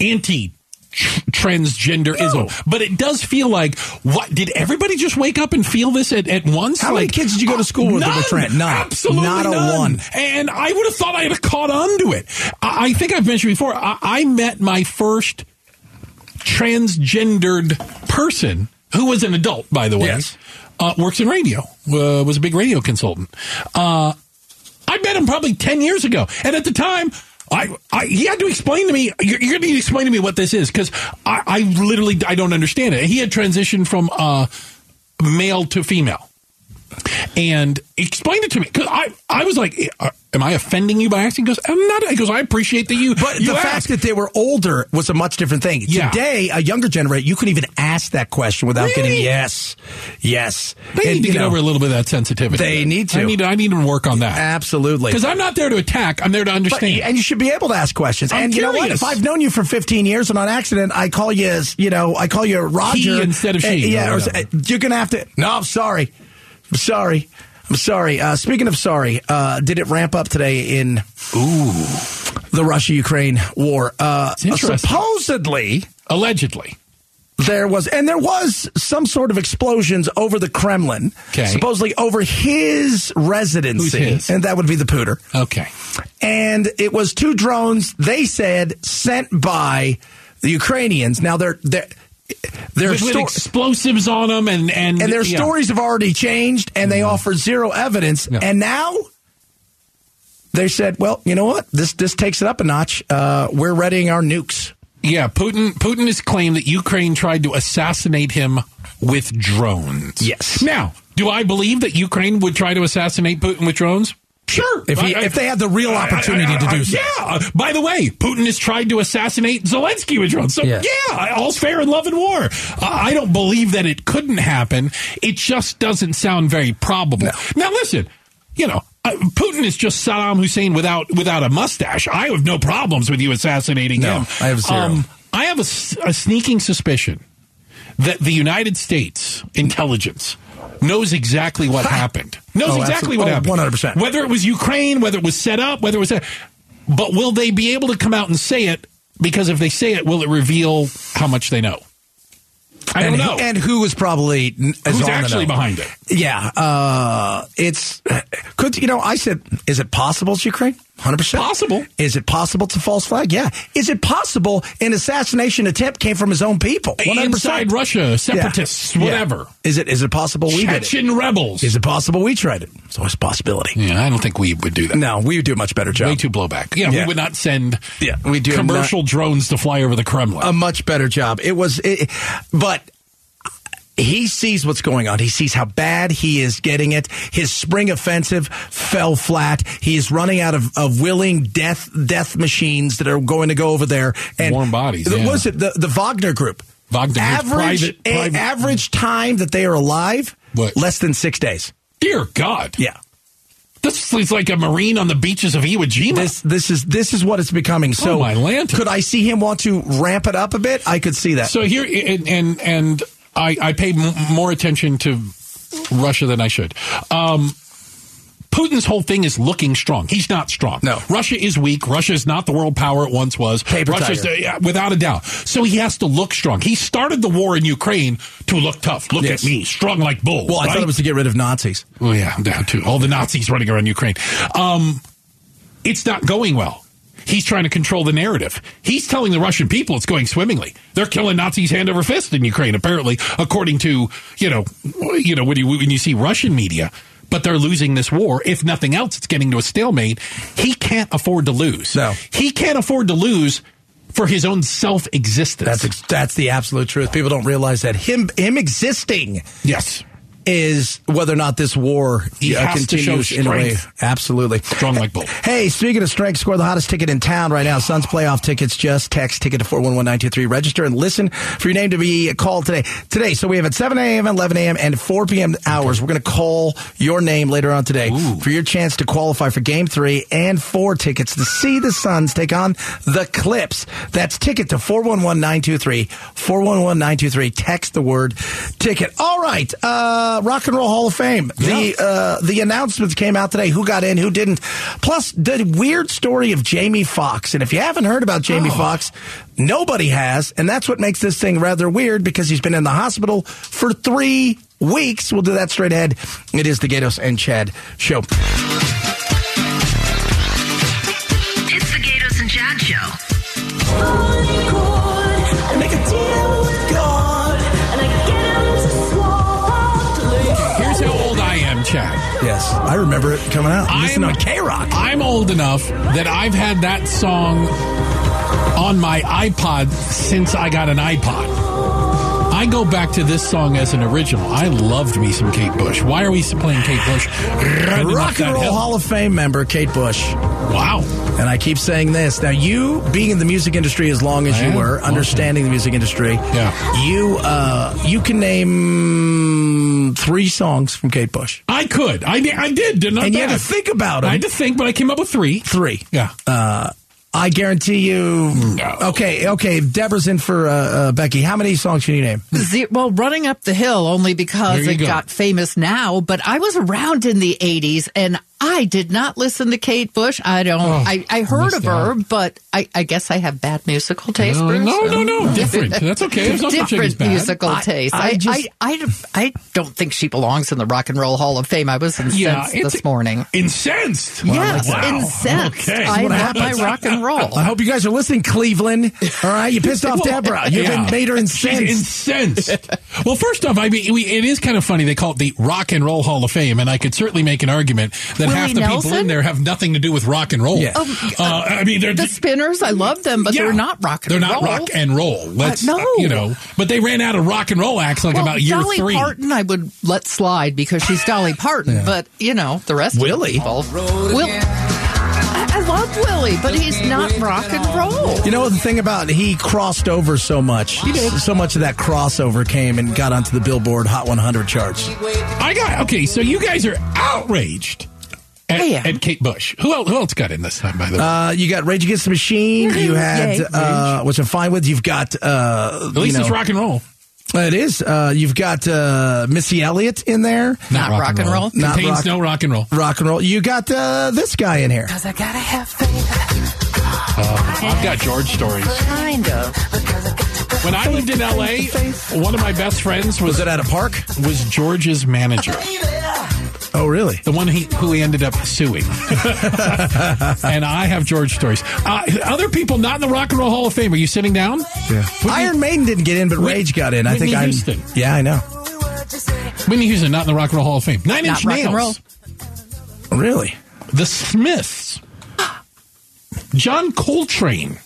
[SPEAKER 3] anti tr- transgenderism,
[SPEAKER 2] No.
[SPEAKER 3] but it does feel like what did everybody just wake up and feel this at, at once?
[SPEAKER 2] How many
[SPEAKER 3] Like,
[SPEAKER 2] kids did you go to school with that
[SPEAKER 3] None,
[SPEAKER 2] were trans? None.
[SPEAKER 3] absolutely
[SPEAKER 2] Not a
[SPEAKER 3] none.
[SPEAKER 2] one.
[SPEAKER 3] And I would have thought I would have caught on to it. I, I think I've mentioned before. I, I met my first transgendered person who was an adult, by the way.
[SPEAKER 2] Yes.
[SPEAKER 3] Uh, works in radio. Uh, was a big radio consultant. Uh, I met him probably 10 years ago. And at the time, I, I he had to explain to me, you're, you're going to need to explain to me what this is because I, I literally, I don't understand it. He had transitioned from uh, male to female. And explained it to me because I, I was like, "Uh, "Am I offending you by asking?" He goes, "I'm not." He goes, "I appreciate that you."
[SPEAKER 2] But
[SPEAKER 3] you
[SPEAKER 2] the fact
[SPEAKER 3] ask."
[SPEAKER 2] that they were older was a much different thing.
[SPEAKER 3] Yeah.
[SPEAKER 2] Today, a younger generation, you couldn't even ask that question without getting
[SPEAKER 3] Really?
[SPEAKER 2] yes, yes.
[SPEAKER 3] They
[SPEAKER 2] And,
[SPEAKER 3] need to
[SPEAKER 2] you
[SPEAKER 3] get
[SPEAKER 2] know,
[SPEAKER 3] over a little bit of that sensitivity.
[SPEAKER 2] They need to.
[SPEAKER 3] I need. I need to work on that
[SPEAKER 2] Absolutely.
[SPEAKER 3] because I'm not there to attack. I'm there to
[SPEAKER 2] But-
[SPEAKER 3] understand.
[SPEAKER 2] and you should be able to ask questions.
[SPEAKER 3] I'm
[SPEAKER 2] and you know what?
[SPEAKER 3] curious.
[SPEAKER 2] If I've known you for 15 years and on accident I call you, as, you know, I call you Roger
[SPEAKER 3] instead of
[SPEAKER 2] eh,
[SPEAKER 3] she,
[SPEAKER 2] yeah,
[SPEAKER 3] or
[SPEAKER 2] or,
[SPEAKER 3] whatever.
[SPEAKER 2] you're gonna have to. No, I'm sorry. I'm sorry. I'm sorry. Uh, speaking of sorry, uh, did it ramp up today in the Russia Ukraine war? Uh,
[SPEAKER 3] interesting.
[SPEAKER 2] supposedly
[SPEAKER 3] Allegedly,
[SPEAKER 2] there was and there was some sort of explosions over the Kremlin,
[SPEAKER 3] Okay.
[SPEAKER 2] supposedly over his residency,
[SPEAKER 3] his?
[SPEAKER 2] and that would be the Pooter
[SPEAKER 3] okay.
[SPEAKER 2] and it was two drones they said sent by the Ukrainians. Now they're they're their
[SPEAKER 3] With, with
[SPEAKER 2] sto-
[SPEAKER 3] explosives on them, and and
[SPEAKER 2] and their
[SPEAKER 3] yeah.
[SPEAKER 2] stories have already changed, and they offered zero evidence,
[SPEAKER 3] Yeah.
[SPEAKER 2] and now. They said, "Well, you know what? This this takes it up a notch. Uh, we're readying our nukes.
[SPEAKER 3] Yeah, Putin. Putin has claimed that Ukraine tried to assassinate him with drones.
[SPEAKER 2] Yes.
[SPEAKER 3] Now, do I believe that Ukraine would try to assassinate Putin with drones? Sure.
[SPEAKER 2] If he- if they had the real opportunity to do so.
[SPEAKER 3] Yeah. By the way, Putin has tried to assassinate Zelensky with drones. So
[SPEAKER 2] Yeah.
[SPEAKER 3] yeah, all's fair in love and war. I- I don't believe that it couldn't happen. It just doesn't sound very probable. Now listen, you know, uh, Putin is just Saddam Hussein without without a mustache. I have no problems with you assassinating
[SPEAKER 2] No,
[SPEAKER 3] him. Um,
[SPEAKER 2] I have zero.
[SPEAKER 3] I have a s a a sneaking suspicion that the United States intelligence knows exactly what happened. Knows
[SPEAKER 2] Oh,
[SPEAKER 3] exactly what
[SPEAKER 2] absolutely. Oh,
[SPEAKER 3] happened.
[SPEAKER 2] 100%.
[SPEAKER 3] Whether it was Ukraine, whether it was set up, whether it was. But will they be able to come out and say it? Because if they say it, will it reveal how much they know? I
[SPEAKER 2] and
[SPEAKER 3] don't know.
[SPEAKER 2] Who, and who is probably n- is
[SPEAKER 3] Who's
[SPEAKER 2] on the
[SPEAKER 3] actually
[SPEAKER 2] know.
[SPEAKER 3] behind it?
[SPEAKER 2] Yeah, uh, it's could you know? I said, is it possible it's Ukraine? 100%.
[SPEAKER 3] Possible.
[SPEAKER 2] Is it possible it's a false flag? Yeah. Is it possible an assassination attempt came from his own people? 100%.
[SPEAKER 3] Inside Russia,
[SPEAKER 2] Yeah.
[SPEAKER 3] separatists,
[SPEAKER 2] Yeah.
[SPEAKER 3] whatever.
[SPEAKER 2] Is it is it possible we did it?
[SPEAKER 3] Chechen rebels.
[SPEAKER 2] Is it possible we tried it? It's always a possibility.
[SPEAKER 3] yeah, I don't think we would do that.
[SPEAKER 2] No, we would do a much better job.
[SPEAKER 3] Way too blowback. Yeah,
[SPEAKER 2] Yeah.
[SPEAKER 3] we would not send
[SPEAKER 2] Yeah, we do Um,
[SPEAKER 3] commercial drones to fly over the Kremlin.
[SPEAKER 2] a much better job. It was, it, but he sees what's going on. He sees how bad he is getting it. His spring offensive fell flat. He is running out of, of willing death death machines that are going to go over there and
[SPEAKER 3] Warm bodies,
[SPEAKER 2] What
[SPEAKER 3] yeah.
[SPEAKER 2] Was it the the Wagner Group?
[SPEAKER 3] Wagner Group's
[SPEAKER 2] average
[SPEAKER 3] private-
[SPEAKER 2] a-
[SPEAKER 3] private-
[SPEAKER 2] average time that they are alive
[SPEAKER 3] What?
[SPEAKER 2] less than six days.
[SPEAKER 3] Dear God.
[SPEAKER 2] Yeah.
[SPEAKER 3] This is like a Marine on the beaches of Iwo Jima.
[SPEAKER 2] This this is this is what it's becoming. So
[SPEAKER 3] Oh, my lantern.
[SPEAKER 2] could I see him want to ramp it up a bit? I could see that.
[SPEAKER 3] so here, and and, and I, I pay m- more attention to Russia than I should. Um, Putin's whole thing is looking strong. He's not strong.
[SPEAKER 2] No.
[SPEAKER 3] Russia is weak. Russia is not the world power it once was.
[SPEAKER 2] Paper
[SPEAKER 3] Russia's
[SPEAKER 2] tiger.
[SPEAKER 3] yeah, without a doubt. So he has to look strong. He started the war in Ukraine to look tough. Look
[SPEAKER 2] Yes.
[SPEAKER 3] at me, strong like bull.
[SPEAKER 2] well, I
[SPEAKER 3] right?
[SPEAKER 2] thought it was to get rid of Nazis.
[SPEAKER 3] Well, yeah, down too. All the Nazis running around Ukraine. Um, it's not going well. He's trying to control the narrative. He's telling the Russian people it's going swimmingly. They're killing Nazis hand over fist in Ukraine, apparently, according to you know, you know when you when you see Russian media. But they're losing this war. If nothing else, it's getting to a stalemate. He can't afford to lose.
[SPEAKER 2] No.
[SPEAKER 3] he can't afford to lose for his own self existence.
[SPEAKER 2] That's ex- that's the absolute truth. People don't realize that him him existing
[SPEAKER 3] yes,
[SPEAKER 2] is whether or not this war
[SPEAKER 3] He
[SPEAKER 2] uh,
[SPEAKER 3] has to show
[SPEAKER 2] continues in a way.
[SPEAKER 3] strength.
[SPEAKER 2] Absolutely.
[SPEAKER 3] strong like bull.
[SPEAKER 2] Hey, speaking of strength, score the hottest ticket in town right now. Suns playoff tickets. Just text ticket to 411923. Register and listen for your name to be called today. Today, so we have at 7 a.m., 11 a.m., and 4 p.m. hours. We're going to call your name later on today for your chance to qualify for game three and four tickets to see the Suns take on the Clips. That's ticket to 411923. 411923. Text the word ticket. All right. Uh, Rock and Roll Hall of Fame. The uh, the announcements came out today. Who got in? Who didn't? Plus the weird story of Jamie Foxx. And if you haven't heard about Jamie Foxx, nobody has, and that's what makes this thing rather weird because he's been in the hospital for three weeks. We'll do that straight ahead. It is the Gatos and Chad show.
[SPEAKER 1] It's the Gatos and Chad Show.
[SPEAKER 3] Here's how old I am, Chad.
[SPEAKER 2] Yes, I remember it coming out. I'm listening
[SPEAKER 3] I'm-
[SPEAKER 2] on K Rock.
[SPEAKER 3] I'm old enough that I've had that song on my iPod since I got an iPod. I go back to this song as an original. I loved me some Kate Bush. Why are we playing Kate Bush? Riding up
[SPEAKER 2] Rock
[SPEAKER 3] that
[SPEAKER 2] and Roll
[SPEAKER 3] hill.
[SPEAKER 2] Hall of Fame member Kate Bush.
[SPEAKER 3] Wow.
[SPEAKER 2] And I keep saying this. Now, you being in the music industry as long as
[SPEAKER 3] I
[SPEAKER 2] you
[SPEAKER 3] am.
[SPEAKER 2] were, understanding the music industry,
[SPEAKER 3] Yeah.
[SPEAKER 2] you uh, you can name three songs from Kate Bush,
[SPEAKER 3] I could. I, di- I did, didn't I?
[SPEAKER 2] and you had
[SPEAKER 3] Bad.
[SPEAKER 2] to think about
[SPEAKER 3] I
[SPEAKER 2] them.
[SPEAKER 3] had to think, but I came up with three.
[SPEAKER 2] three.
[SPEAKER 3] Yeah.
[SPEAKER 2] I guarantee you. Okay, okay. Deborah's in for uh, uh, Becky. How many songs can you name?
[SPEAKER 6] Ze- well, running up the hill only because
[SPEAKER 3] There you
[SPEAKER 6] it
[SPEAKER 3] go.
[SPEAKER 6] got famous now, but I was around in the 80s and I did not listen to Kate Bush. I
[SPEAKER 3] Oh,
[SPEAKER 6] don't, I, I heard of her, but I, I guess I have bad musical taste.
[SPEAKER 3] no,
[SPEAKER 6] Bruce.
[SPEAKER 3] no, no, no. Different. That's okay. There's no such thing as
[SPEAKER 6] Different
[SPEAKER 3] bad.
[SPEAKER 6] musical
[SPEAKER 2] I-
[SPEAKER 6] taste.
[SPEAKER 2] I
[SPEAKER 6] I, I,
[SPEAKER 2] just-
[SPEAKER 6] I, I don't think she belongs in the Rock and Roll Hall of Fame. I was incensed
[SPEAKER 3] Yeah, it's-
[SPEAKER 6] this morning.
[SPEAKER 5] Incensed.
[SPEAKER 6] yes,
[SPEAKER 5] Wow.
[SPEAKER 6] incensed.
[SPEAKER 5] Okay.
[SPEAKER 6] I
[SPEAKER 5] What
[SPEAKER 6] love my
[SPEAKER 5] happens?
[SPEAKER 6] rock and roll.
[SPEAKER 2] I hope you guys are listening, Cleveland. All right, you pissed off Deborah. You've
[SPEAKER 3] Yeah.
[SPEAKER 2] been made her
[SPEAKER 3] She's
[SPEAKER 2] incensed.
[SPEAKER 3] incensed. well, first off, I mean, we, it is kind of funny. They call it the Rock and Roll Hall of Fame, and I could certainly make an argument that
[SPEAKER 6] Willie
[SPEAKER 3] half the people in
[SPEAKER 6] Nelson? Oh,
[SPEAKER 3] there have nothing to do with rock and roll.
[SPEAKER 2] Yeah.
[SPEAKER 3] uh, I mean, they're
[SPEAKER 6] The Spinners, I love them, but
[SPEAKER 3] yeah.
[SPEAKER 6] they're not rock and
[SPEAKER 3] They're
[SPEAKER 6] roll.
[SPEAKER 3] not rock and roll. Let's
[SPEAKER 6] Uh, no.
[SPEAKER 3] you know, but they ran out of rock and roll acts like
[SPEAKER 6] well,
[SPEAKER 3] about year
[SPEAKER 6] Dolly
[SPEAKER 3] three.
[SPEAKER 6] Parton, I would let slide because she's Dolly Parton, but you know the rest.
[SPEAKER 2] Willie.
[SPEAKER 6] of the people, Will, I, I love Willie, but he's not rock and roll.
[SPEAKER 2] You know the thing about he crossed over so much. So much of that crossover came and got onto the Billboard Hot 100 charts.
[SPEAKER 3] I got okay. So you guys are outraged at,
[SPEAKER 6] I am.
[SPEAKER 3] at Kate Bush. Who else, who else got in this time? By the way,
[SPEAKER 2] Uh, you got Rage Against the Machine. You had
[SPEAKER 6] Yay.
[SPEAKER 2] uh, which I'm fine with. You've got uh,
[SPEAKER 3] at
[SPEAKER 2] you
[SPEAKER 3] least
[SPEAKER 2] know,
[SPEAKER 3] it's rock and roll.
[SPEAKER 2] It is. Uh, you've got uh, Missy Elliott in there.
[SPEAKER 6] Not rock and roll.
[SPEAKER 2] Not
[SPEAKER 3] Contains
[SPEAKER 2] rock-
[SPEAKER 3] no rock and roll.
[SPEAKER 2] Rock and roll. You got uh, this guy in here.
[SPEAKER 3] I've got George stories.
[SPEAKER 1] Kind of.
[SPEAKER 3] When I lived in LA, one of my best friends was
[SPEAKER 2] Was it at a park?
[SPEAKER 3] was George's manager.
[SPEAKER 2] Oh, really?
[SPEAKER 3] the one he, who he ended up suing. and I have George stories. Uh, other people not in the Rock and Roll Hall of Fame. Are you sitting down?
[SPEAKER 2] Yeah. Iron Maiden didn't get in, but
[SPEAKER 3] Whit-
[SPEAKER 2] Rage got in. I think
[SPEAKER 3] Whitney
[SPEAKER 2] I.
[SPEAKER 3] Houston.
[SPEAKER 2] Yeah, I know.
[SPEAKER 3] Whitney Houston not in the Rock and Roll Hall of Fame. Nine Inch
[SPEAKER 6] Not rock and roll.
[SPEAKER 3] Nails.
[SPEAKER 2] Really?
[SPEAKER 3] The Smiths. John Coltrane.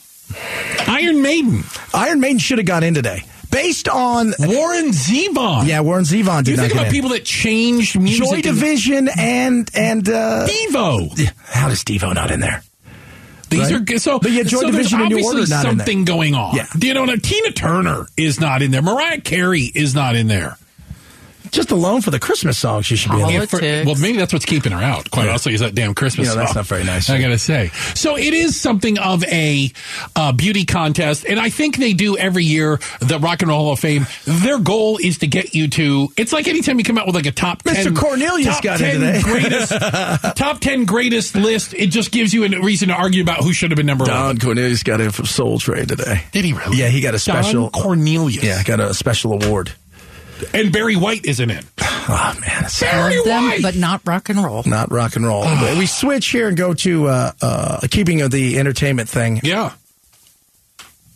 [SPEAKER 3] Iron Maiden.
[SPEAKER 2] Iron Maiden should have got in today, based on
[SPEAKER 3] Warren Zevon.
[SPEAKER 2] yeah. Warren Zevon did
[SPEAKER 3] You
[SPEAKER 2] not get
[SPEAKER 3] think about
[SPEAKER 2] in.
[SPEAKER 3] people that changed music.
[SPEAKER 2] Joy
[SPEAKER 3] and-
[SPEAKER 2] Division and and uh,
[SPEAKER 3] Devo.
[SPEAKER 2] how does Devo not in there?
[SPEAKER 3] These
[SPEAKER 2] Right.
[SPEAKER 3] are good. So,
[SPEAKER 2] But yet Joy
[SPEAKER 3] so
[SPEAKER 2] Division and New
[SPEAKER 3] there's obviously
[SPEAKER 2] Order's not in there.
[SPEAKER 3] something going on.
[SPEAKER 2] Yeah.
[SPEAKER 3] Do you know what? I- Tina Turner is not in there. Mariah Carey is not in there.
[SPEAKER 2] Just alone for the Christmas songs, she should be in.
[SPEAKER 6] Oh,
[SPEAKER 2] there.
[SPEAKER 3] Yeah, for-
[SPEAKER 6] Politics.
[SPEAKER 3] well, maybe that's what's keeping her out. Quite honestly, is that damn Christmas.
[SPEAKER 2] You know, that's
[SPEAKER 3] song.
[SPEAKER 2] not very nice.
[SPEAKER 3] I gotta say. So it is something of a uh, beauty contest, and I think they do every year the Rock and Roll Hall of Fame. Their goal is to get you to. It's like anytime you come out with like a top
[SPEAKER 2] Mr.
[SPEAKER 3] 10
[SPEAKER 2] Cornelius
[SPEAKER 3] top
[SPEAKER 2] got in
[SPEAKER 3] 10
[SPEAKER 2] today.
[SPEAKER 3] greatest top ten greatest list. It just gives you a reason to argue about who should have been number one.
[SPEAKER 2] Don Cornelius got in from Soul Train today.
[SPEAKER 3] Did he really?
[SPEAKER 2] Yeah, he got a
[SPEAKER 3] Don
[SPEAKER 2] special.
[SPEAKER 3] Cornelius.
[SPEAKER 2] Yeah, got a special award.
[SPEAKER 3] and Barry White isn't in.
[SPEAKER 2] Oh man, it's Oh.
[SPEAKER 3] Barry
[SPEAKER 6] Love them,
[SPEAKER 3] White.
[SPEAKER 6] but not rock and roll.
[SPEAKER 2] not rock and roll. But we switch here and go to uh, uh, keeping of the entertainment thing.
[SPEAKER 3] yeah.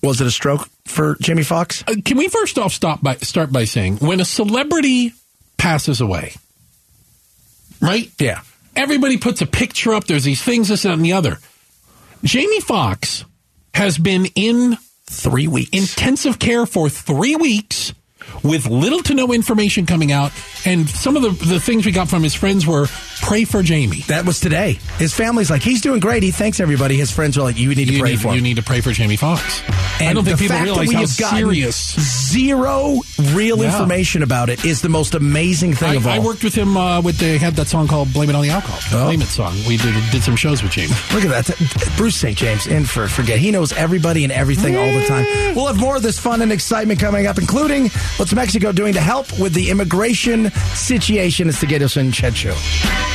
[SPEAKER 2] Was it a stroke for Jimmy Fox?
[SPEAKER 3] Uh, can we first off stop by start by saying when a celebrity passes away, right?
[SPEAKER 2] Yeah.
[SPEAKER 3] Everybody puts a picture up. There's these things, this that, and the other. Jamie Foxx has been in
[SPEAKER 2] Three weeks.
[SPEAKER 3] intensive care for three weeks with little to no information coming out. And some of the, the things we got from his friends were pray for Jamie.
[SPEAKER 2] that was today. His family's like, he's doing great. He thanks everybody. His friends are like, you need to
[SPEAKER 3] You
[SPEAKER 2] pray
[SPEAKER 3] need,
[SPEAKER 2] for him.
[SPEAKER 3] you need to pray for Jamie Foxx. I don't think
[SPEAKER 2] the
[SPEAKER 3] people
[SPEAKER 2] fact that
[SPEAKER 3] realize
[SPEAKER 2] we
[SPEAKER 3] how
[SPEAKER 2] have gotten
[SPEAKER 3] serious
[SPEAKER 2] Zero real
[SPEAKER 3] Yeah.
[SPEAKER 2] information about it is the most amazing thing of all.
[SPEAKER 3] I, I worked with him uh, with they had that song called "Blame It on the Alcohol." The
[SPEAKER 2] Oh.
[SPEAKER 3] Blame It song. We did, did some shows with Jamie.
[SPEAKER 2] Look at that. Th- Bruce St. James in for forget. He knows everybody and everything all the time. We'll have more of this fun and excitement coming up, including what's Mexico doing to help with the immigration situation. It's the Gatos and Chet Show.